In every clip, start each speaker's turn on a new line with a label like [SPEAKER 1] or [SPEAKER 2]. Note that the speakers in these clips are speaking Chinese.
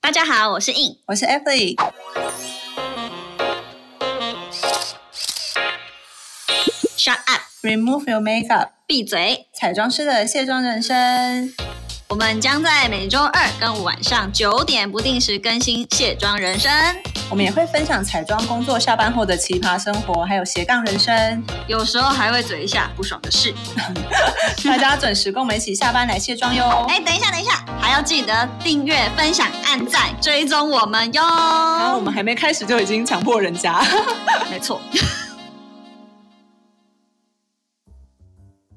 [SPEAKER 1] 大家好，我是 In。
[SPEAKER 2] 我是 Emily。
[SPEAKER 1] Shut up，
[SPEAKER 2] Remove your makeup，
[SPEAKER 1] 闭嘴。
[SPEAKER 2] 彩妆师的卸妆人生。
[SPEAKER 1] 我们将在每周二跟五晚上九点不定时更新卸妆人生，
[SPEAKER 2] 我们也会分享彩妆工作下班后的奇葩生活，还有斜杠人 生。
[SPEAKER 1] 有时候还会嘴一下不爽的事。
[SPEAKER 2] 大家准时跟我们一起下班来卸妆哟。
[SPEAKER 1] 哎，等一下，等一下，还要记得订阅、分享、按赞、追踪我们哟。
[SPEAKER 2] 然后我们还没开始就已经强迫人家。
[SPEAKER 1] 没错。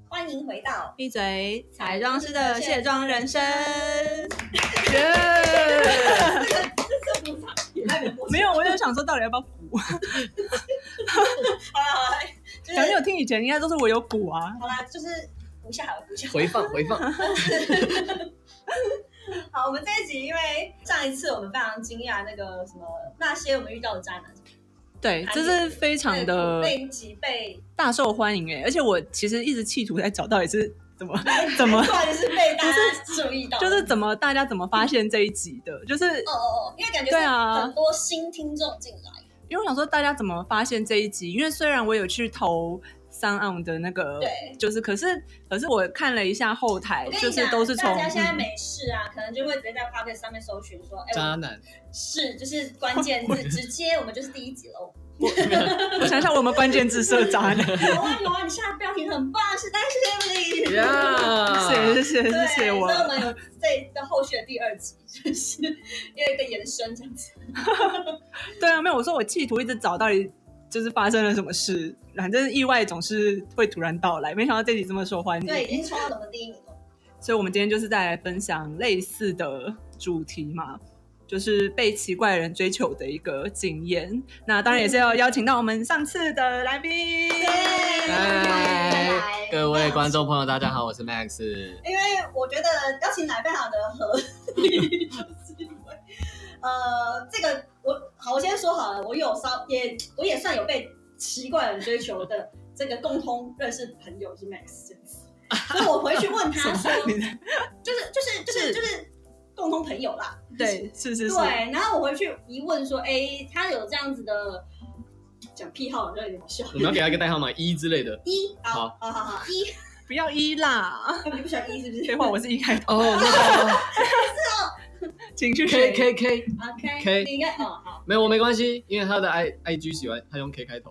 [SPEAKER 1] 欢迎回到
[SPEAKER 2] 闭嘴！
[SPEAKER 1] 彩妆师的卸
[SPEAKER 2] 妆人生。没有，我就想说，到底要不要补？
[SPEAKER 1] 好了好了，就
[SPEAKER 2] 感觉有听以前应该都是我有补啊。
[SPEAKER 1] 好啦，就是不下好 不下。
[SPEAKER 3] 回放回放，
[SPEAKER 1] 好，我们这一集因为上一次我们非常惊讶那个什么那些我们遇到的渣男，
[SPEAKER 2] 对，这是非常的
[SPEAKER 1] 被被击被，
[SPEAKER 2] 哎大受欢迎哎，而且我其实一直企图在找到底是怎么 怎么，
[SPEAKER 1] 到底是被大家注意到，
[SPEAKER 2] 就是怎么大家怎么发现这一集的，就是
[SPEAKER 1] 哦哦哦，因为感觉
[SPEAKER 2] 对啊
[SPEAKER 1] 是很多新听众进来，
[SPEAKER 2] 因为我想说大家怎么发现这一集，因为虽然我有去投。上岸的那个，
[SPEAKER 1] 对
[SPEAKER 2] 就是可是可是我看了一下后台
[SPEAKER 1] 我，跟
[SPEAKER 2] 就
[SPEAKER 1] 你
[SPEAKER 2] 是
[SPEAKER 1] 讲，
[SPEAKER 2] 都是从
[SPEAKER 1] 大家现在
[SPEAKER 2] 嗯
[SPEAKER 1] 没事啊，可能就会直接在 p o c k e t 上面搜寻说，哎、
[SPEAKER 3] 渣
[SPEAKER 1] 我
[SPEAKER 3] 男，
[SPEAKER 1] 是就是关键字，直接我们就是第一集喽。
[SPEAKER 2] 我想想我们关键字设渣 男，
[SPEAKER 1] 有啊有啊，你下的标题很棒，是但是 Emily。
[SPEAKER 2] 谢谢
[SPEAKER 3] 呀，
[SPEAKER 2] 谢谢
[SPEAKER 1] 对，
[SPEAKER 2] 谢谢我
[SPEAKER 1] 所以我们有这到后续的第二集，就是 有一个延伸这样子。
[SPEAKER 2] 对啊，没有，我说我企图一直找到底就是发生了什么事，反正意外总是会突然到来，没想到这集这么受欢迎。
[SPEAKER 1] 对，已经冲到我们第一名了。
[SPEAKER 2] 所以我们今天就是再来分享类似的主题嘛，就是被奇怪人追求的一个经验。那当然也是要邀请到我们上次的来宾。
[SPEAKER 3] 嗨，各位观众朋友，大家好，我是 Max。
[SPEAKER 1] 因为我觉得邀请来非常的合理，就是因为呃，这个我好，我先说好了，我有稍也我也算有被奇怪人追求的这个共通认识朋友是 Max 这样 子，所以我回去问他说，
[SPEAKER 2] 你的
[SPEAKER 1] 就是就是就是就是共同朋友啦，
[SPEAKER 2] 对，是是是，
[SPEAKER 1] 对，然后我回去一问说，哎，他有这样子的讲癖好，有点好笑。
[SPEAKER 3] 我们要给他一个代号码，一之类 的。
[SPEAKER 1] 一，好好
[SPEAKER 3] 好
[SPEAKER 1] 好好，一，
[SPEAKER 2] 不要一啦。
[SPEAKER 1] 你不喜欢一是不
[SPEAKER 2] 废
[SPEAKER 1] 是
[SPEAKER 2] 话，我是一开头，
[SPEAKER 3] 哦，那
[SPEAKER 2] 请去
[SPEAKER 3] K K K，
[SPEAKER 1] ？OK，
[SPEAKER 3] K
[SPEAKER 1] 你应该哦好。
[SPEAKER 3] 没有我没关系，因为他的 I I G 喜欢他用 K 开头。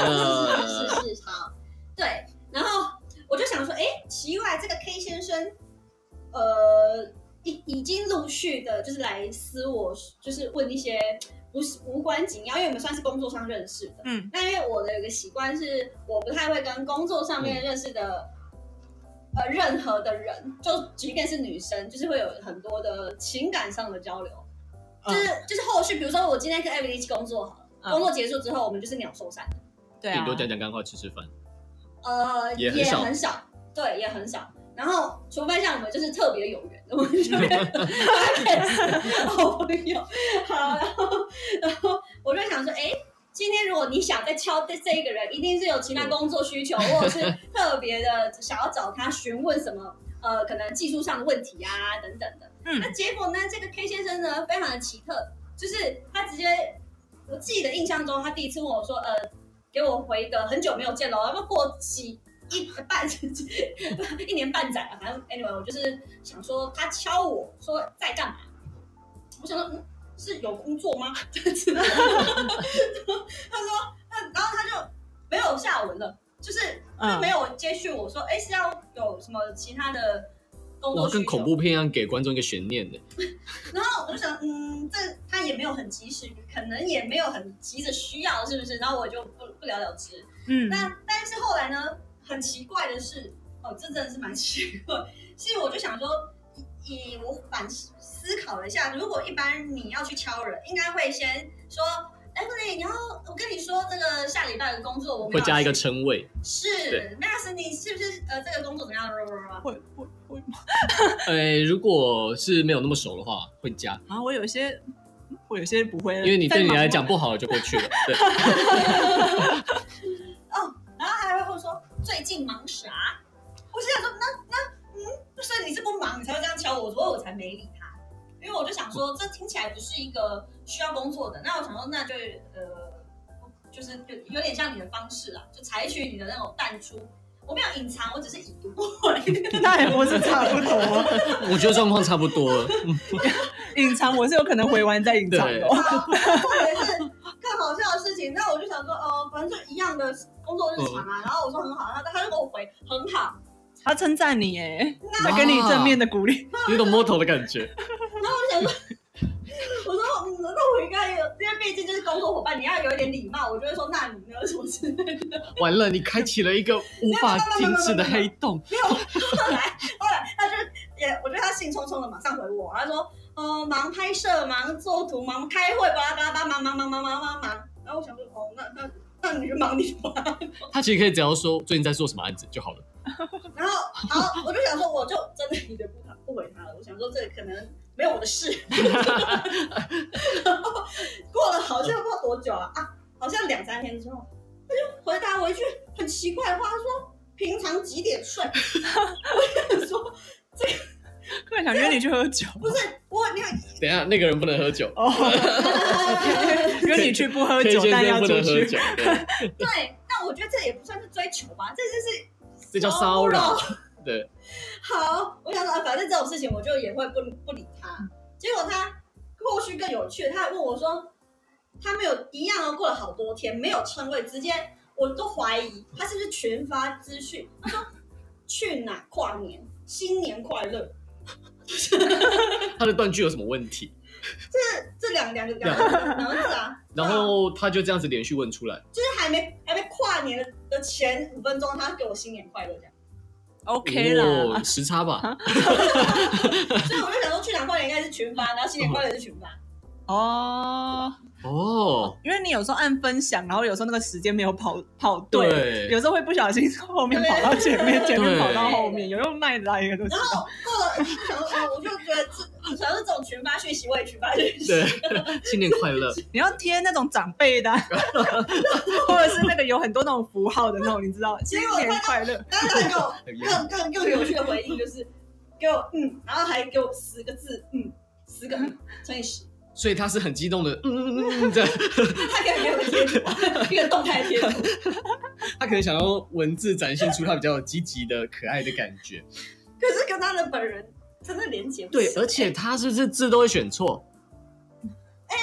[SPEAKER 1] 是
[SPEAKER 3] 呃，
[SPEAKER 1] 是是，好，对。然后我就想说，哎，奇怪，这个 K 先生，呃，已已经陆续的，就是来私我，就是问一些不是无关紧要，因为我们算是工作上认识的。
[SPEAKER 2] 嗯，
[SPEAKER 1] 那因为我的有个习惯是，我不太会跟工作上
[SPEAKER 2] 嗯
[SPEAKER 1] 面认识的。呃，任何的人，就即便是女生，就是会有很多的情感上的交流，就
[SPEAKER 2] 嗯
[SPEAKER 1] 是就是后续，比如说我今天跟艾米丽一起工作好了，
[SPEAKER 2] 嗯
[SPEAKER 1] 工作结束之后，我们就是鸟兽散。
[SPEAKER 2] 对
[SPEAKER 3] 顶
[SPEAKER 2] 啊
[SPEAKER 3] 多，讲讲干话，吃吃饭。
[SPEAKER 1] 呃，
[SPEAKER 3] 也很少
[SPEAKER 1] 对，也很少。然后，除非像我们就是特别有缘，我们就变成 podcast 好朋友。好，然后，然后我就想说，哎，今天如果你想再敲这这一个人，一定是有其他工作需求，或者是特别的想要找他询问什么，呃，可能技术上的问题啊等等的。
[SPEAKER 2] 嗯
[SPEAKER 1] 那结果呢，这个 K 先生呢，非常的奇特，就是他直接，我记得印象中，他第一次问我说，呃，给我回一个很久没有见了，要不要过几一半 一年半载了，反正 anyway，我就是想说他敲我说在干嘛，我想说嗯是有工作吗？ 这样子，他嗯说那然后他就没有下文了，就是他
[SPEAKER 2] 嗯
[SPEAKER 1] 没有接续我说，哎、是要有什么其他的工作
[SPEAKER 3] 哇，
[SPEAKER 1] 需
[SPEAKER 3] 跟
[SPEAKER 1] 求
[SPEAKER 3] 恐怖片一样，给观众一个悬念的。
[SPEAKER 1] 然后我就想，嗯，这他也没有很及时，可能也没有很急着需要，是不是？然后我就不不了了之。
[SPEAKER 2] 嗯，
[SPEAKER 1] 那但是后来呢，很奇怪的是，哦，这真的是蛮奇怪。 是我就想说，以以我反思考了一下，如果一般你要去敲人，应该会先说。哎，不对，然后我跟你说，这个下礼拜的工作我们
[SPEAKER 3] 会加一个称谓，
[SPEAKER 1] 是
[SPEAKER 3] 对
[SPEAKER 1] 那是你是不是呃这个工作怎么样？
[SPEAKER 2] 会会会吗
[SPEAKER 3] 呃，如果是没有那么熟的话，会加，
[SPEAKER 2] 啊，我有些我有些不会，因
[SPEAKER 3] 因为你对你来讲不好的就过去 了。对，
[SPEAKER 1] 然后还会问说最近忙啥？我心想说，那那嗯，所以你是不忙，你才会这样敲我？我说我才没理他，因因为我就想说，这听起来不是一个需要工作的，那我想说，那就呃，就是有有点像你的方式啦，就采取你的那种淡出。我没有隐藏，我只是已读不回。
[SPEAKER 2] 那也不是差不多啊，
[SPEAKER 3] 我觉得状况差不多了。 嗯
[SPEAKER 2] 隐藏我是有可能回完再隐藏的哦。
[SPEAKER 1] 或者是更好笑的事情。那我就想说，哦，反正就一样的工作日常啊。然后我说很好，然后他就给我回很好。
[SPEAKER 2] 他称赞你耶，他给你正面的鼓励。
[SPEAKER 3] 有种摸头的感觉。
[SPEAKER 1] 我说，嗯，那我应该有，因为毕竟就是工作伙伴，你要有一点礼貌。我就会说，那你呢？什 么之类的。
[SPEAKER 3] 完了，你开启了一个无法停止的黑洞。
[SPEAKER 1] 没有，后来后来他就也，我觉得他兴冲冲的马上回我，他说，呃，忙拍摄，忙做图，忙开会，巴拉巴拉巴拉，忙忙忙忙忙忙忙。然后我想说，哦，那那那你就忙你的吧。
[SPEAKER 3] 他其实可以只要说最近在做什么案子就好了。
[SPEAKER 1] 然后，然后我就想说，我就真的一直不不回他了。我想说，这可能没有我的 事。然后过了好像不知道多久啊，啊，好像两三天之后，他就回答我一句很奇怪的话，他说：“平常几点睡？” 我想说，
[SPEAKER 2] 突然想约你去喝酒，
[SPEAKER 1] 不是我，你
[SPEAKER 3] 等一下，那个人不能喝酒，
[SPEAKER 2] 哦，约你去不喝
[SPEAKER 3] K
[SPEAKER 2] 酒，
[SPEAKER 3] 先
[SPEAKER 2] 但要
[SPEAKER 3] 生不
[SPEAKER 2] 出
[SPEAKER 3] 能喝
[SPEAKER 2] 去。
[SPEAKER 3] 酒，对
[SPEAKER 1] 对，但我觉得这也不算是追求吧，这就是
[SPEAKER 3] 这叫骚扰。对，
[SPEAKER 1] 好，我想说，啊，反正这种事情我就也会不不理他。结果他后续更有趣，他还问我说，他没有一样哦，过了好多天没有称谓，直接我都怀疑他是不是群发资讯。他说去哪跨年，新年快乐，
[SPEAKER 3] 他的断句有什么问题？
[SPEAKER 1] 这两两个两个两个字啊。
[SPEAKER 3] 然后他就这样子连续问出来。
[SPEAKER 1] 就是还没还没跨年的的前五分钟，他给我新年快乐这样，
[SPEAKER 2] OK 啦
[SPEAKER 3] 哦，时差吧，
[SPEAKER 1] 所以我就想说去哪跨年应该是群发，然后新年快乐是群发。
[SPEAKER 2] 哦，
[SPEAKER 3] 哦，
[SPEAKER 2] 因为你有时候按分享，然后有时候那个时间没有跑跑对，
[SPEAKER 3] 对，
[SPEAKER 2] 有时候会不小心从后面跑到前面，前面跑到后面，有用卖来一个东西
[SPEAKER 1] 然。后过了，想说哦，我就觉得这，主要是这种群发讯息，我也群发讯息。
[SPEAKER 3] 对，新年快乐，
[SPEAKER 2] 你要贴那种长辈的啊、或者是那个有很多那种符号的那种，你知道？新年快乐，
[SPEAKER 1] 但是 他给我更更更有趣的回应 就是给我嗯，然后还给我十个字嗯，十个嗯乘以十，
[SPEAKER 3] 所以他是很激动的，嗯嗯嗯嗯，这样
[SPEAKER 1] 他可以给我贴图，一个动态贴图。
[SPEAKER 3] 他可能想要文字展现出他比较积极的、可爱的感觉。
[SPEAKER 1] 可是跟他的本人真的连接不哎
[SPEAKER 3] 对，
[SPEAKER 1] 起来
[SPEAKER 3] 而且他是不是字都会选错？哎，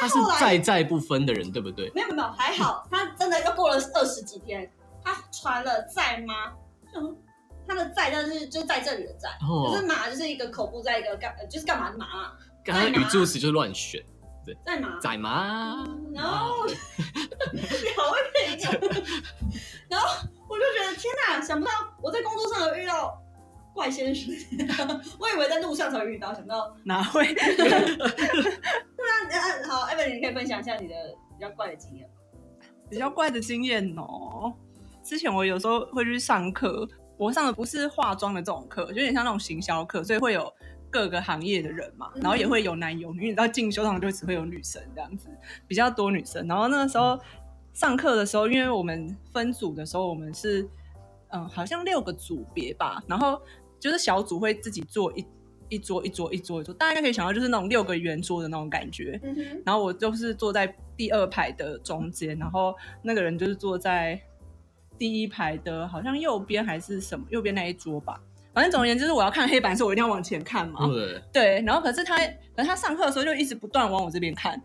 [SPEAKER 3] 他是在在不分的人，对不对？
[SPEAKER 1] 没有没有还好，他真的又过了二十几天，他传了在吗？就他的在，但是就在这里的在。可
[SPEAKER 3] 哦
[SPEAKER 1] 是，马就是一个口部，在一个干，呃就是干嘛的马嘛，
[SPEAKER 3] 刚刚语助词就是乱选，
[SPEAKER 1] 在马。
[SPEAKER 3] 在吗？
[SPEAKER 1] 然后你好会配角，然后我就觉得天哪，想不到我在工作上有遇到怪先生， 我以为在路上才会遇到，想不到。
[SPEAKER 2] 哪会？
[SPEAKER 1] 那呃好，艾文，你可以分享一下你的比较怪的经验吗。
[SPEAKER 2] 比较怪的经验哦。之前我有时候会去上课，我上的不是化妆的这种课，就有点像那种行销课，所以会有各个行业的人嘛，
[SPEAKER 1] 嗯
[SPEAKER 2] 然后也会有男有女，你知道进修堂就只会有女生这样子，比较多女生。然后那个时候上课的时候，因为我们分组的时候，我们是嗯、呃好像六个组别吧，然后就是小组会自己做一一桌一桌一桌一桌，大家应该可以想到就是那种六个圆桌的那种感觉，
[SPEAKER 1] 嗯哼，
[SPEAKER 2] 然后我就是坐在第二排的中间，然后那个人就是坐在第一排的，好像右边还是什么右边那一桌吧。反正总而言之，我要看黑板的时候，我一定要往前看嘛。
[SPEAKER 3] 对，
[SPEAKER 2] 对，然后可是他，可是他上课的时候就一直不断往我这边看，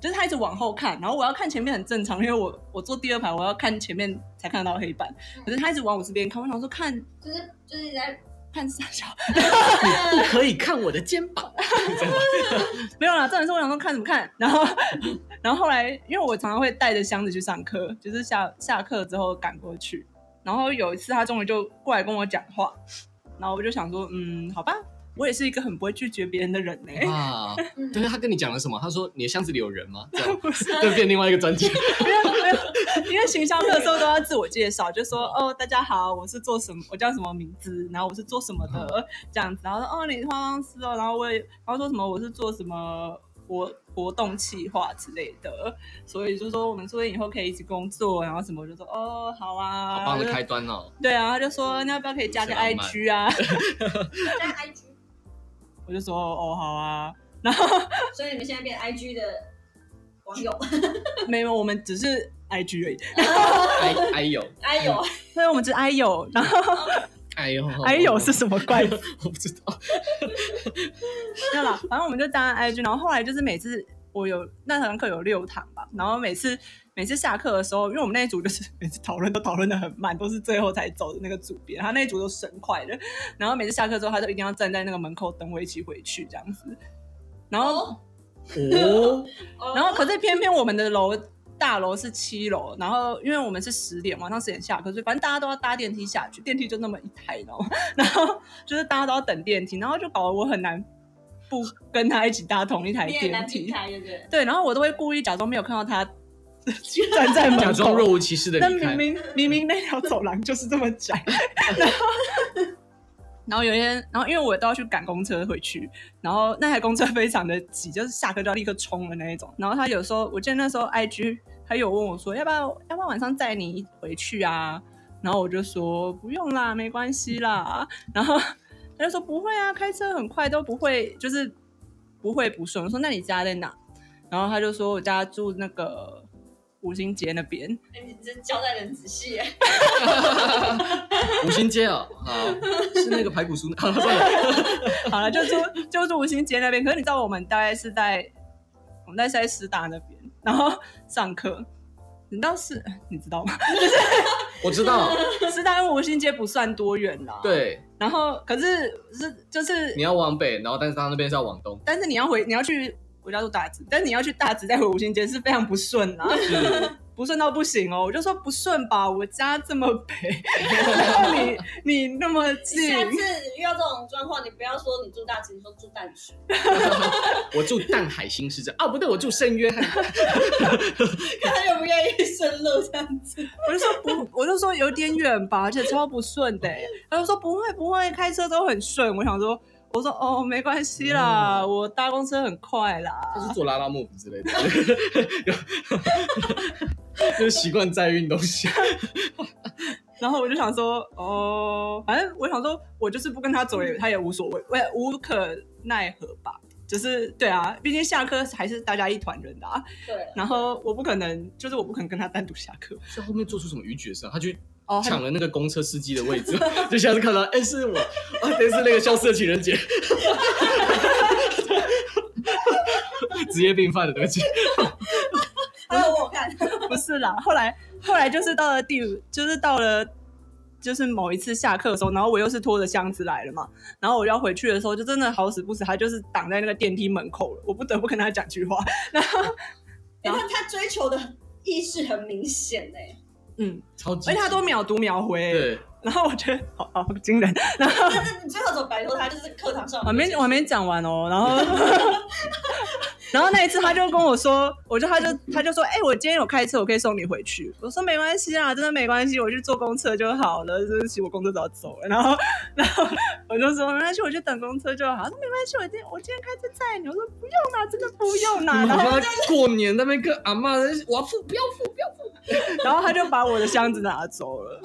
[SPEAKER 2] 就是他一直往后看，然后我要看前面很正常，因为我我坐第二排，我要看前面才看得到黑板。可是他一直往我这边看，我想说看
[SPEAKER 1] 就是就是呃在
[SPEAKER 2] 看傻笑，
[SPEAKER 3] 你不可以看我的肩膀，
[SPEAKER 2] 没有啦，重点是我想说看什么看，然后 然后后来因为我常常会带着箱子去上课，就是下下课之后赶过去，然后有一次他终于就过来跟我讲话，然后我就想说，嗯，好吧，我也是一个很不会拒绝别人的人呢、
[SPEAKER 3] 啊，
[SPEAKER 1] 嗯
[SPEAKER 3] 对，他跟你讲了什么？他说你的箱子里有人吗？这 样
[SPEAKER 2] 不是
[SPEAKER 3] 就变另外一个专 辑。
[SPEAKER 2] 因为没有 因为行销课的时候都要自我介绍，就说哦大家好，我是做什么，我叫什么名字，然后我是做什么
[SPEAKER 3] 嗯
[SPEAKER 2] 的这样子，然后说哦你是化妆师哦，然后我也然后说什么我是做什么活活动企划之类的，所以就说我们说不定哎以后可以一起工作，然后什么我就说哦好啊，
[SPEAKER 3] 好棒的
[SPEAKER 2] 然后
[SPEAKER 3] 开嗯
[SPEAKER 2] 就
[SPEAKER 3] 端哦！
[SPEAKER 2] 对啊，他就说那要不要可以加个
[SPEAKER 3] 浪漫
[SPEAKER 2] IG 啊？
[SPEAKER 1] 在 IG，
[SPEAKER 2] 我就说哦好啊，然后
[SPEAKER 1] 所以你们现在变 IG 的网 友，
[SPEAKER 2] 没有，我们只是 IG 而已，
[SPEAKER 3] 哎哎呦
[SPEAKER 1] 哎呦，
[SPEAKER 2] 所以我们只是 I 友，然后
[SPEAKER 3] 哎呦
[SPEAKER 2] I 友是什么怪词？
[SPEAKER 3] 我不知道，
[SPEAKER 2] 对了，反正我们就当 IG，然后后来就是每次我有那堂课有六堂吧，然后每次每次下课的时候，因为我们那一组就是 每次讨论都讨论的很慢，都是最后才走的那个组别，他那一组都神快的，然后每次下课之后，他就一定要站在那个门口等我一起回去这样子，然后、
[SPEAKER 1] 哦
[SPEAKER 3] 哦，
[SPEAKER 1] 哦
[SPEAKER 2] 然后可是偏偏我们的楼。大楼是七楼，然后因为我们是十点晚上十点下课，所以反正大家都要搭电梯下去，电梯就那么一台，你知道吗？ 然后就是大家都要等电梯，然后就搞得我很难不跟他一起搭同一台
[SPEAKER 1] 你也
[SPEAKER 2] 电
[SPEAKER 1] 难避
[SPEAKER 2] 梯。
[SPEAKER 1] 开，对不对？
[SPEAKER 2] 对，然后我都会故意假装没有看到他 站在门口，
[SPEAKER 3] 假装若无其事的
[SPEAKER 2] 但
[SPEAKER 3] 离
[SPEAKER 2] 明
[SPEAKER 3] 开，
[SPEAKER 2] 明明明那条走廊就是这么 窄，然后。然后有一天，然后因为我都要去赶公车回去，然后那台公车非常的挤，就是下课就要立刻冲的那一种。然后他有时候，我记得那时候 IG 他有问我说，要不要要不要晚上载你回去啊？然后我就说不用啦，没关系啦。 然后他就说不会啊，开车很快都不会，就是不会不顺。我说那你家在哪？然后他就说我家住那个五星街那边。
[SPEAKER 1] 哎你这交代的很仔细耶，
[SPEAKER 3] 五星街哦，好，是那个排骨酥， 好了，算了，
[SPEAKER 2] 好了，就住就住五星街那边。可是你知道，我们大概是在我们大概是在师大那边，然后上课。你知道是你知道吗？
[SPEAKER 3] 我知道，
[SPEAKER 2] 师大跟五星街不算多远啦。。
[SPEAKER 3] 对，
[SPEAKER 2] 然后可是是就是
[SPEAKER 3] 你，要往北，然后但是他那边是要往东，
[SPEAKER 2] 但是你要回你要去，我家住大直，但是你要去大直再回五星街是非常不顺啦，
[SPEAKER 3] 是，
[SPEAKER 2] 不顺到不行哦。我就说不顺吧，我家这么北， 然后你你那么近，
[SPEAKER 1] 下次遇到这种状况，你不要说你住大直，你说住淡水。
[SPEAKER 3] 我住淡海新市镇，啊，不对，我住圣约翰，
[SPEAKER 1] 他愿不愿意顺路这样子？
[SPEAKER 2] 我就说不，我就说有点远吧，而且超不顺的欸、他就说不会不会，开车都很顺。我想说，我说哦没关系啦，我搭公车很快啦。
[SPEAKER 3] 他是做拉拉木之类的，就是习惯载运东西，
[SPEAKER 2] 然后我就想说，哦，反正我想说，我就是不跟他走也，他也无所谓，我也无可奈何吧。就是对啊，毕竟下课还是大家一团人的、啊，
[SPEAKER 1] 对，
[SPEAKER 2] 然后我不可能，就是我不可能跟他单独下课。
[SPEAKER 3] 所以后面做出什么鱼决胜，他去
[SPEAKER 2] 哦，他
[SPEAKER 3] 抢了那个公车司机的位置，就下次看到，哎、是我，啊，这是那个消失的情人节，职业病犯了，对不起，
[SPEAKER 1] 还有哦我看，
[SPEAKER 2] 不是啦，后来后来就是到了第五，就是到了就是某一次下课的时候，然后我又是拖着箱子来了嘛，然后我要回去的时候，就真的好死不死，他就是挡在那个电梯门口了，我不得不跟他讲句话。
[SPEAKER 1] 因为他追求的意识很明显哎、
[SPEAKER 2] 嗯，
[SPEAKER 3] 超级，
[SPEAKER 2] 而且他都秒读秒回、
[SPEAKER 3] 对，
[SPEAKER 2] 然后我觉得好好惊人，然后
[SPEAKER 1] 但是你最后怎么摆脱他？就是课堂上
[SPEAKER 2] 我还没我还没讲完哦，然后然后那一次他就跟我说，我就他就他就说，哎、我今天有开车，我可以送你回去。我说没关系啊，真的没关系，我去坐公车就好了。对不起，我公车早走了。然后然后我就说没关系，我去等公车就好。他说没关系，我今天我今天开车载你。我说不用啦，真的不用啦。
[SPEAKER 3] 你
[SPEAKER 2] 然后
[SPEAKER 3] 妈过年那边跟阿妈，我要付，不要付，不要付，
[SPEAKER 2] 然后他就把我的箱子拿走了。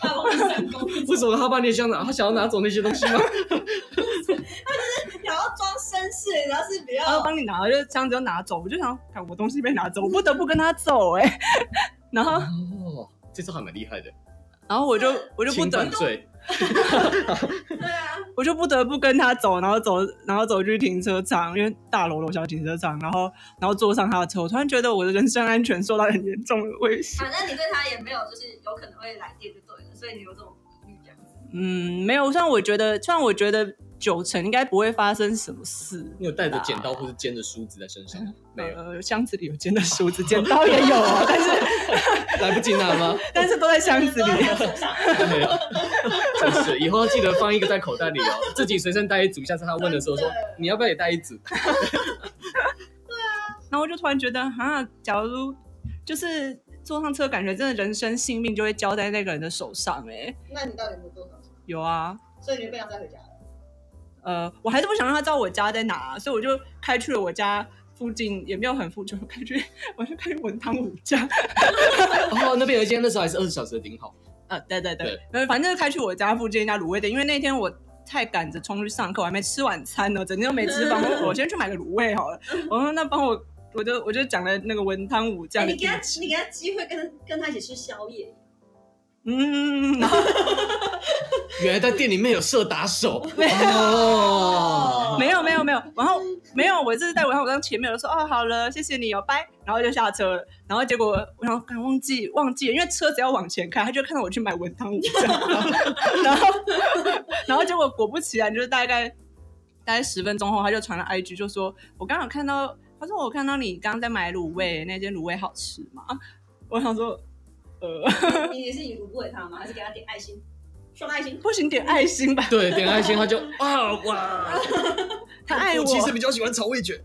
[SPEAKER 1] 霸王神功，
[SPEAKER 3] 为什么他把你的箱子，他想要拿走那些东西吗？
[SPEAKER 1] 想要装绅士，然后是比
[SPEAKER 2] 然后
[SPEAKER 1] 较
[SPEAKER 2] 帮你拿，就箱子就拿走。我就想，看我东西被拿走，我不得不跟他走哎、 然后
[SPEAKER 3] 哦，这招还蛮厉害的，
[SPEAKER 2] 然后我就我就不
[SPEAKER 3] 情
[SPEAKER 2] 得
[SPEAKER 3] 犯罪，
[SPEAKER 1] 对啊，
[SPEAKER 2] 我就不得不跟他走，然后走，然后走去停车场，因为大楼楼下有停车场，然后然后坐上他的车，我突然觉得我的人身安全受到很严重的威胁。
[SPEAKER 1] 反正你对他也没有，就是有可能会来电就对了，所以你有这种顾虑这样子。
[SPEAKER 2] 嗯，没有，虽然我觉得，虽然我觉得九成应该不会发生什么事。
[SPEAKER 3] 你有带着剪刀或是尖的梳子在身上吗？没有，
[SPEAKER 2] 呃，箱子里有尖的梳子，剪刀也有哦，但是
[SPEAKER 3] 来不及拿吗？
[SPEAKER 2] 但是都在箱子
[SPEAKER 1] 都在
[SPEAKER 2] 里。
[SPEAKER 1] 他手上，
[SPEAKER 3] 没有， 真是以后要记得放一个在口袋里哦，自己随身带一组。下次他问的时候说
[SPEAKER 1] 真的
[SPEAKER 3] 你要不要也带一组？
[SPEAKER 2] 然后我就突然觉得，哈，假如就是坐上车，感觉真的人生性命就会交在那个人的手上、欸。哎，
[SPEAKER 1] 那你到底有没有多少钱？
[SPEAKER 2] 有啊，
[SPEAKER 1] 所以你就不想再回家了？
[SPEAKER 2] 呃，我还是不想让他知道我家在哪，所以我就开去了我家附近，也没有很附近，我开去，我就开去文汤武 家，
[SPEAKER 3] 哦，那边有一间那时候还是二十小时的顶好，
[SPEAKER 2] 呃，对对对
[SPEAKER 3] 对，
[SPEAKER 2] 呃，反正就开去我家附近一家卤味店，因为那天我太赶着冲去上课，我还没吃晚餐呢，整天都没吃饭。我说我先去买个卤味好了。我说那帮我，我就我就讲了那个文汤武
[SPEAKER 1] 哎
[SPEAKER 2] 将的
[SPEAKER 1] 你
[SPEAKER 2] 地
[SPEAKER 1] 给
[SPEAKER 2] 址。
[SPEAKER 1] 他你给他机会跟跟他一起吃宵夜，
[SPEAKER 2] 嗯，然后
[SPEAKER 3] 原来在店里面有设打手，
[SPEAKER 2] 没有
[SPEAKER 3] 哦，
[SPEAKER 2] 没有没有没有，然后没有，我这次在文化我刚前面我就说哦好了，谢谢你哦拜，然后就下车了。然后结果我想刚忘记忘记了，因为车只要往前开，他就看到我去买文汤武酱，然后然后结果果不其然，就是大概大概十分钟后，他就传了 IG 就说，我刚好看到，他说我看到你刚刚在买卤味，那间卤味好吃吗？我想说呃
[SPEAKER 1] 你也是以卤味他吗？还是给他点爱心，双爱 心？
[SPEAKER 2] 不行点爱心吧，
[SPEAKER 3] 对，点爱心他就哇哇，
[SPEAKER 2] 他爱我
[SPEAKER 3] 其实比较喜欢炒味卷，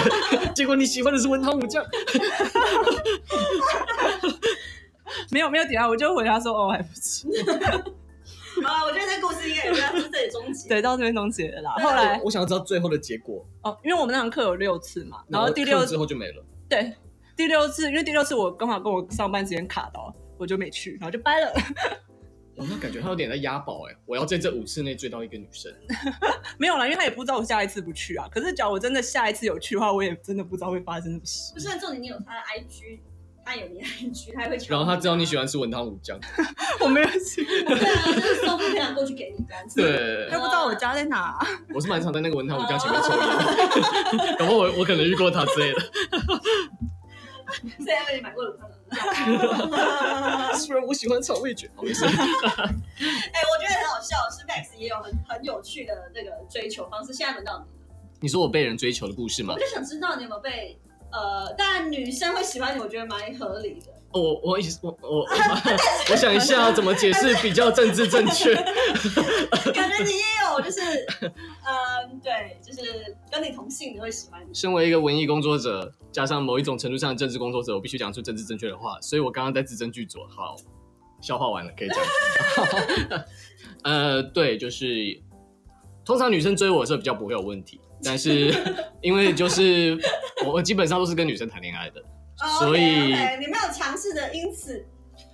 [SPEAKER 3] 结果你喜欢的是文汤武酱，
[SPEAKER 2] 没有没有点爱，我就回他说哦还不错，
[SPEAKER 1] 好啊了，我觉得这故事应该也不要是这里终结。
[SPEAKER 2] 对，到这边终结了啦。
[SPEAKER 3] 啊
[SPEAKER 2] 后来。
[SPEAKER 3] 我想要知道最后的结果，
[SPEAKER 2] 哦，因为我们那堂课有六次嘛，然后
[SPEAKER 3] 那
[SPEAKER 2] 第
[SPEAKER 3] 课
[SPEAKER 2] 六
[SPEAKER 3] 之后就没了。
[SPEAKER 2] 对第六次，因为第六次我刚好跟我上班时间卡到，我就没去，然后就掰了。
[SPEAKER 3] 哇，那感觉他有点在押宝哎、我要在这五次内追到一个女生，
[SPEAKER 2] 没有啦，因为他也不知道我下一次不去啊。可是，假如我真的下一次有去的话，我也真的不知道会发生什么事
[SPEAKER 1] 不。是重点，你有他的 IG，他有你的 IG，他也会抢。
[SPEAKER 3] 然后他知道你喜欢吃文汤武酱，
[SPEAKER 2] 我没有去，
[SPEAKER 1] 对啊，就是送分享过去给你这样子。，
[SPEAKER 3] 对
[SPEAKER 2] 他，不知道我家在哪、
[SPEAKER 3] 我是蛮常在那个文汤武酱前面抽烟，然后我我可能遇过他之类 的。
[SPEAKER 1] 所以他哎被你买过卤汤 的。
[SPEAKER 3] 虽然我喜欢炒味卷，好没事。
[SPEAKER 1] 哎、我觉得很好笑，是 Max 也有很很有趣的那个追求方式。现在轮到你，
[SPEAKER 3] 你说我被人追求的故事吗
[SPEAKER 1] 我？就想知道你有没有被呃，当然女生会喜欢你，我觉得蛮合理的。
[SPEAKER 3] 哦我我一直我我 我我想一下怎么解释比较政治正确。
[SPEAKER 1] 感觉你也有，就是呃，对，就是跟你同性你会喜欢你。
[SPEAKER 3] 身为一个文艺工作者，加上某一种程度上的政治工作者，我必须讲出政治正确的话，所以我刚刚在字斟句酌。好，消化完了，可以讲。 呃，对，就是通常女生追我的时候比较不会有问题，但是因为就是我我基本上都是跟女生谈恋爱的，所以
[SPEAKER 1] OK，你没有尝试的，因此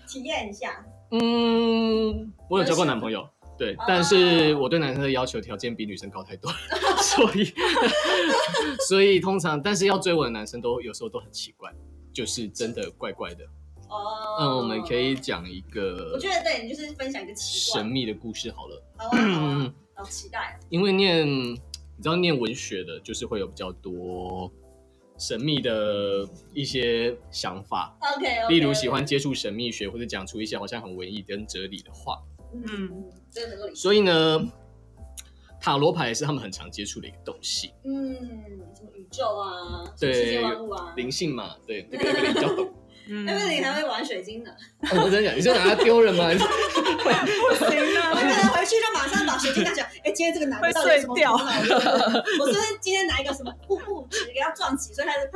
[SPEAKER 1] 体验一下。
[SPEAKER 3] 嗯，我有交过男朋友，对，但
[SPEAKER 1] 哦
[SPEAKER 3] 是我对男生的要求条件比女生高太多， 所以 所以通常，但是要追我的男生都有时候都很奇怪，就是真的怪怪的。
[SPEAKER 1] 哦，
[SPEAKER 3] 嗯，我们可以，讲一
[SPEAKER 1] 我
[SPEAKER 3] 个
[SPEAKER 1] 觉得对你就是分享一个奇怪
[SPEAKER 3] 神，嗯秘的故事好了，
[SPEAKER 1] 好啊好啊，好期待。
[SPEAKER 3] 因为念你知道念文学的，就是会有比较多神秘的一些想法，
[SPEAKER 1] OK，
[SPEAKER 3] 例如喜欢接触神秘学，或者讲出一些好像很文艺跟哲理的话。
[SPEAKER 1] 嗯，这个能够理解。
[SPEAKER 3] 所以呢，塔罗牌也是他们很常接触的一个东西，
[SPEAKER 1] 嗯，什么宇宙啊，
[SPEAKER 3] 对
[SPEAKER 1] 世界万物啊，
[SPEAKER 3] 灵性嘛，对，那个那个比较懂。哦
[SPEAKER 1] 因
[SPEAKER 2] 嗯，
[SPEAKER 1] 为你还会玩水晶呢。
[SPEAKER 3] 我真的讲，你是拿它丢人吗？
[SPEAKER 2] 不行
[SPEAKER 3] 嗯
[SPEAKER 1] 我可
[SPEAKER 2] 啊，
[SPEAKER 1] 能回去就马上把水晶拿起来。哎，今天这个男的到底有什么
[SPEAKER 2] 会碎掉
[SPEAKER 1] 头脑我是不是今天拿一个什么物物质给他撞击，所以他是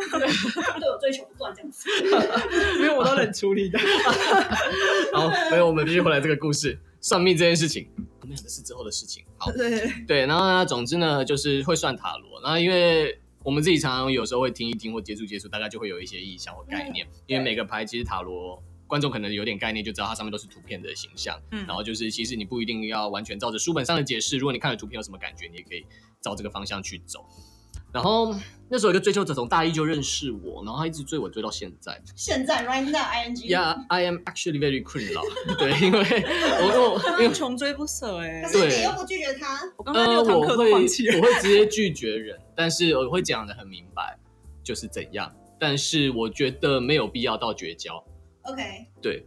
[SPEAKER 1] 对我追求不断这样子？
[SPEAKER 2] 因为我都冷处理的。
[SPEAKER 3] 好，所以我们必须回来这个故事，算命这件事情，我们讲的是之后的事情。好，
[SPEAKER 2] 对，
[SPEAKER 3] 对，然后呢，总之呢，就是会算塔罗，然后因为。我们自己常常有时候会听一听或接触接触，大概就会有一些意象或概念。
[SPEAKER 1] 嗯
[SPEAKER 3] 因为每个牌其实塔罗观众可能有点概念，就知道它上面都是图片的形象。
[SPEAKER 2] 嗯
[SPEAKER 3] 然后就是，其实你不一定要完全照着书本上的解释，如果你看了图片有什么感觉，你也可以照这个方向去走。然后那时候有一个追求者从大一就认识我，然后他一直追我追到现在。
[SPEAKER 1] 现在 right now ing。
[SPEAKER 3] Yeah, I am actually very 困扰。 对，因为我
[SPEAKER 2] 刚
[SPEAKER 3] 我因
[SPEAKER 2] 刚
[SPEAKER 3] 为
[SPEAKER 2] 穷追不舍哎、
[SPEAKER 1] 可
[SPEAKER 3] 对
[SPEAKER 1] 是你又不拒绝他，
[SPEAKER 2] 我刚刚
[SPEAKER 3] 呃
[SPEAKER 2] 六堂
[SPEAKER 3] 我
[SPEAKER 2] 课
[SPEAKER 3] 会
[SPEAKER 2] 都放弃了。
[SPEAKER 3] 我会直接拒绝人，但是我会讲的很明白，就是怎样。但是我觉得没有必要到绝交，
[SPEAKER 1] OK，
[SPEAKER 3] 对，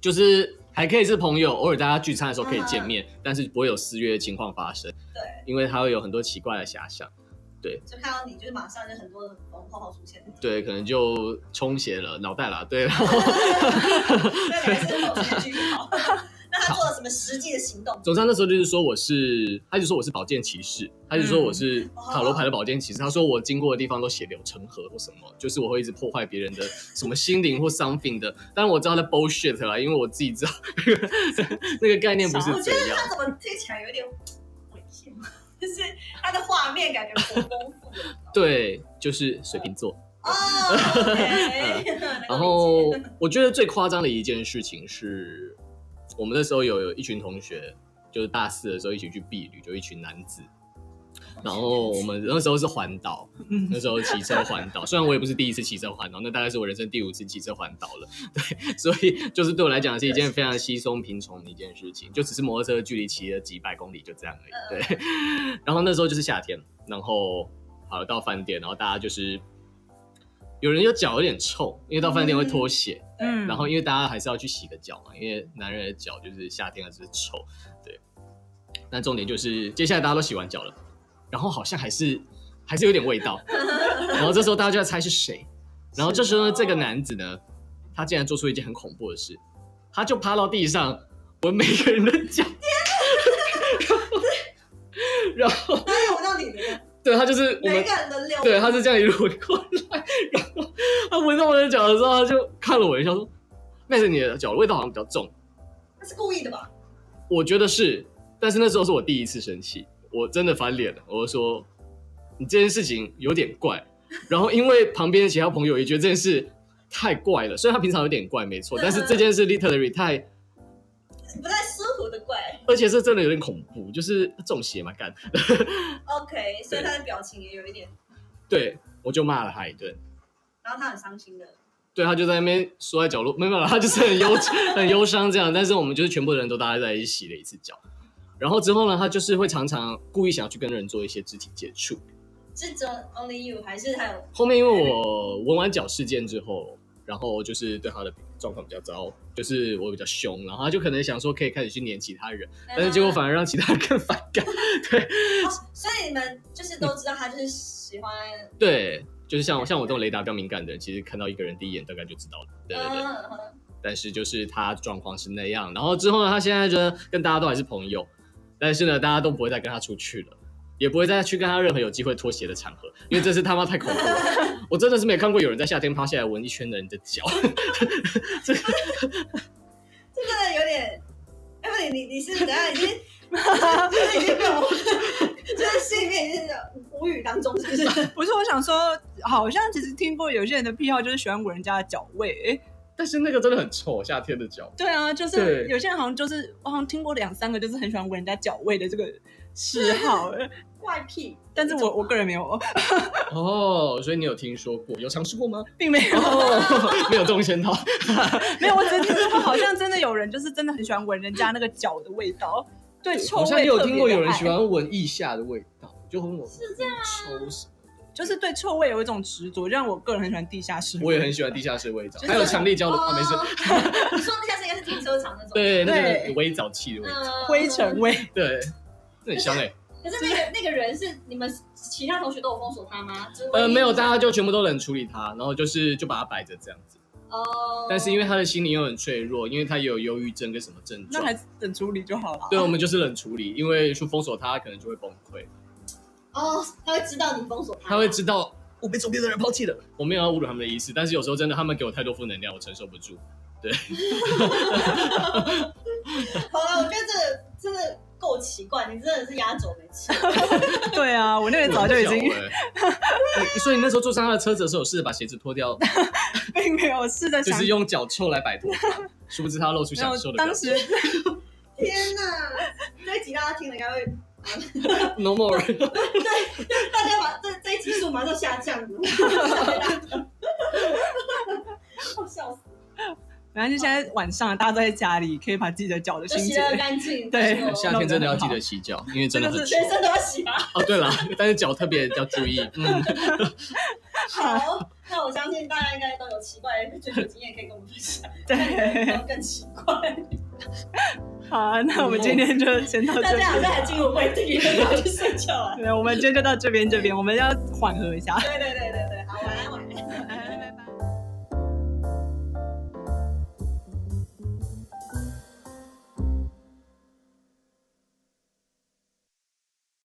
[SPEAKER 3] 就是还可以是朋友，偶尔大家聚餐的时候可以见面，但是不会有私约的情况发生。
[SPEAKER 1] 对，
[SPEAKER 3] 因为他会有很多奇怪的遐想，
[SPEAKER 1] 就看到你就是马上就很多的粉红泡泡出现，
[SPEAKER 3] 对，可能就充血了脑袋啦， 对，然后
[SPEAKER 1] 所以还是保持距离好。那他做了什么实际的行动？
[SPEAKER 3] 总之他那时候就是说我是，他就说我是宝剑骑士，他就说我是塔罗牌的宝剑骑士，他说我经过的地方都血流成河或什么，就是我会一直破坏别人的什么心灵或 something 的，但我知道他在 bullshit 啦，因为我自己知道 那个概念不是
[SPEAKER 1] 我
[SPEAKER 3] 这
[SPEAKER 1] 觉得
[SPEAKER 3] 样。
[SPEAKER 1] 他怎么听起来有点猥亵吗？ 就是他的画面感觉颇丰富的
[SPEAKER 3] 对，就是水瓶座。
[SPEAKER 1] 哦。OK，
[SPEAKER 3] 然
[SPEAKER 1] 哦
[SPEAKER 3] 后我觉得最夸张的一件事情是，我们那时候有有一群同学，就是大四的时候一起去避旅，就一群男子。然后我们那时候是环岛，那时候骑车环岛。虽然我也不是第一次骑车环岛，那大概是我人生第五次骑车环岛了。对， 所以就是对我来讲是一件非常稀松平常的一件事情，就只是摩托车距离骑了几百公里就这样而已。对， 然后那时候就是夏天，然后好了到饭店，然后大家就是有人就脚有点臭，因为到饭店会脱鞋，
[SPEAKER 2] 嗯，
[SPEAKER 3] 然后因为大家还是要去洗个脚嘛，因为男人的脚就是夏天还是臭。对，那重点就是接下来大家都洗完脚了。然后好像还是还是有点味道，然后这时候大家就在猜是谁，然后这时候呢，这个男子呢，他竟然做出一件很恐怖的事，他就趴到地上闻每个人的脚，然后然后
[SPEAKER 1] 他有闻到你的，
[SPEAKER 3] 对他就是 我
[SPEAKER 1] 每
[SPEAKER 3] 们
[SPEAKER 1] 个人轮流。
[SPEAKER 3] 对他是这样一路闻过来，然后他闻到我的脚的时候，他就看了我一下说：“妹子，你的脚的味道好像比较重。”
[SPEAKER 1] 他是故意的吧？
[SPEAKER 3] 我觉得是，但是那时候是我第一次生气，我真的翻脸了。我就说你这件事情有点怪，然后因为旁边的其他朋友也觉得这件事太怪了，虽然他平常有点怪没错，但是这件事 literally 太，
[SPEAKER 1] 不太舒服的怪。
[SPEAKER 3] 而且是真的有点恐怖，就是中邪嘛干，
[SPEAKER 1] OK，所以他的表情也有一点，
[SPEAKER 3] 对我就骂了他一顿。
[SPEAKER 1] 然后他很伤心的。
[SPEAKER 3] 对他就在那边缩在角落，没有没有，他就是很忧 很忧伤这样。但是我们就是全部的人都大家在一起洗了一次脚，然后之后呢，他就是会常常故意想要去跟人做一些肢体接触，
[SPEAKER 1] 是只有 Only You 还是还有？
[SPEAKER 3] 后面因为我闻完脚事件之后，然后就是对他的状况比较糟，就是我比较凶，然后他就可能想说可以开始去撵其他人，
[SPEAKER 1] 嗯
[SPEAKER 3] 但是结果反而让其他人更反感。
[SPEAKER 1] 哦，所以你们就是都知道他就是喜欢，
[SPEAKER 3] 对，就是像我像我这种雷达比较敏感的人，其实看到一个人第一眼大概就知道了。对对对。
[SPEAKER 1] 嗯嗯
[SPEAKER 3] 但是就是他状况是那样，然后之后呢，他现在觉得跟大家都还是朋友，但是呢，大家都不会再跟他出去了。也不会再去跟他任何有机会脱鞋的场合，因为这是他妈太恐怖了。我真的是没看过有人在夏天趴下来闻一圈的人的脚。
[SPEAKER 1] 这个有点，哎，不，你你你是等下已经，就是已经被我，就是心里面已经无语当中，是不是？
[SPEAKER 2] 不是我想说，好像其实听过有些人的癖好就是喜欢闻人家的脚味。哎
[SPEAKER 3] 但是那个真的很臭，夏天 的脚。
[SPEAKER 2] 对啊，就是
[SPEAKER 3] 对
[SPEAKER 2] 有些人好像就是我好像听过两三个，就是很喜欢闻人家脚味的这个嗜好。哎
[SPEAKER 1] 怪癖。
[SPEAKER 2] 但是我我个人没有，
[SPEAKER 3] 哦，所以你有听说过，有尝试 过吗？
[SPEAKER 2] 并没有，
[SPEAKER 3] 哦，没有中仙套。
[SPEAKER 2] 没有，我只是听说好像真的有人就是真的很喜欢闻人家那个脚的味道，对臭
[SPEAKER 3] 好像
[SPEAKER 2] 味
[SPEAKER 3] 也有听过有人
[SPEAKER 2] 特别
[SPEAKER 3] 喜
[SPEAKER 2] 的爱，
[SPEAKER 3] 欢闻腋下的味道，就很我是这样抽什么
[SPEAKER 2] 就是对臭味有一种执着，就像我个人很喜欢地下室，
[SPEAKER 3] 我也很喜欢地下室的味道，
[SPEAKER 2] 就是
[SPEAKER 3] 还有强力胶的
[SPEAKER 1] 哦
[SPEAKER 3] 啊，没事。
[SPEAKER 1] 你说那下次应该是停车场那种，
[SPEAKER 3] 对，那
[SPEAKER 2] 对
[SPEAKER 3] 个微藻气的味道，
[SPEAKER 1] 嗯
[SPEAKER 2] 灰尘。味。
[SPEAKER 3] 对，那很香哎。
[SPEAKER 1] 可是那个那个人是你们其他同学都有封锁他吗？就是
[SPEAKER 3] 呃，没有，大
[SPEAKER 1] 他
[SPEAKER 3] 家就全部都冷处理它，然后就是就把它摆着这样子。
[SPEAKER 1] 哦。
[SPEAKER 3] 但是因为他的心灵又很脆弱，因为他也有忧郁症跟什么症
[SPEAKER 2] 那
[SPEAKER 3] 状
[SPEAKER 2] 还。是
[SPEAKER 1] 嗯
[SPEAKER 2] 等处理就好了。
[SPEAKER 3] 对，我们就是冷处理，因为去封锁他，可能就会崩溃。
[SPEAKER 1] 哦，他会知道你封锁他，
[SPEAKER 3] 他会知道我被周边的人抛弃了。我没有要侮辱他们的意思，但是有时候真的他们给我太多负能量，我承受 不住。
[SPEAKER 1] 好哦了，我觉得这个真的够奇怪，你真的是压轴没吃。
[SPEAKER 2] 对啊，我那个早就已经
[SPEAKER 3] 我很小欸你所以你那时候坐上他的车子的时候，有试着把鞋子脱掉，
[SPEAKER 2] 并没有试着
[SPEAKER 3] 就
[SPEAKER 2] 想
[SPEAKER 3] 是用脚臭来摆脱他。殊不知他露出
[SPEAKER 2] 没
[SPEAKER 3] 享受
[SPEAKER 2] 有，
[SPEAKER 3] 的表
[SPEAKER 2] 当
[SPEAKER 3] 情。
[SPEAKER 2] 时
[SPEAKER 1] 天哪，这一集大家听了应该会，
[SPEAKER 3] No more，
[SPEAKER 1] 大家把这这一集数马上下降了。我笑死，
[SPEAKER 2] 反正就现在晚上大家都在家里，可以把自己的脚的
[SPEAKER 1] 就
[SPEAKER 2] 清
[SPEAKER 1] 洗
[SPEAKER 2] 洁
[SPEAKER 1] 得。干净，
[SPEAKER 2] 对
[SPEAKER 1] 没错
[SPEAKER 3] 夏天真的要记得洗脚，因为真的很
[SPEAKER 2] 真的是。
[SPEAKER 3] 臭
[SPEAKER 1] 全身都要洗啊。
[SPEAKER 3] 哦，对了，但是脚特别要注意。嗯，
[SPEAKER 1] 好，那我相信大家应该都有奇怪的追求经验可以跟我们分 享，
[SPEAKER 2] 对，
[SPEAKER 1] 然后更奇怪。
[SPEAKER 2] 好啊，那我们今天就先到
[SPEAKER 1] 大
[SPEAKER 2] 这
[SPEAKER 1] 家好像
[SPEAKER 2] 边。
[SPEAKER 1] 还进入会 地，然后去睡觉了。
[SPEAKER 2] 对，我们今天就到这边，这边我们要缓和一下。
[SPEAKER 1] 对对对对对，好，晚安晚安。
[SPEAKER 2] 晚安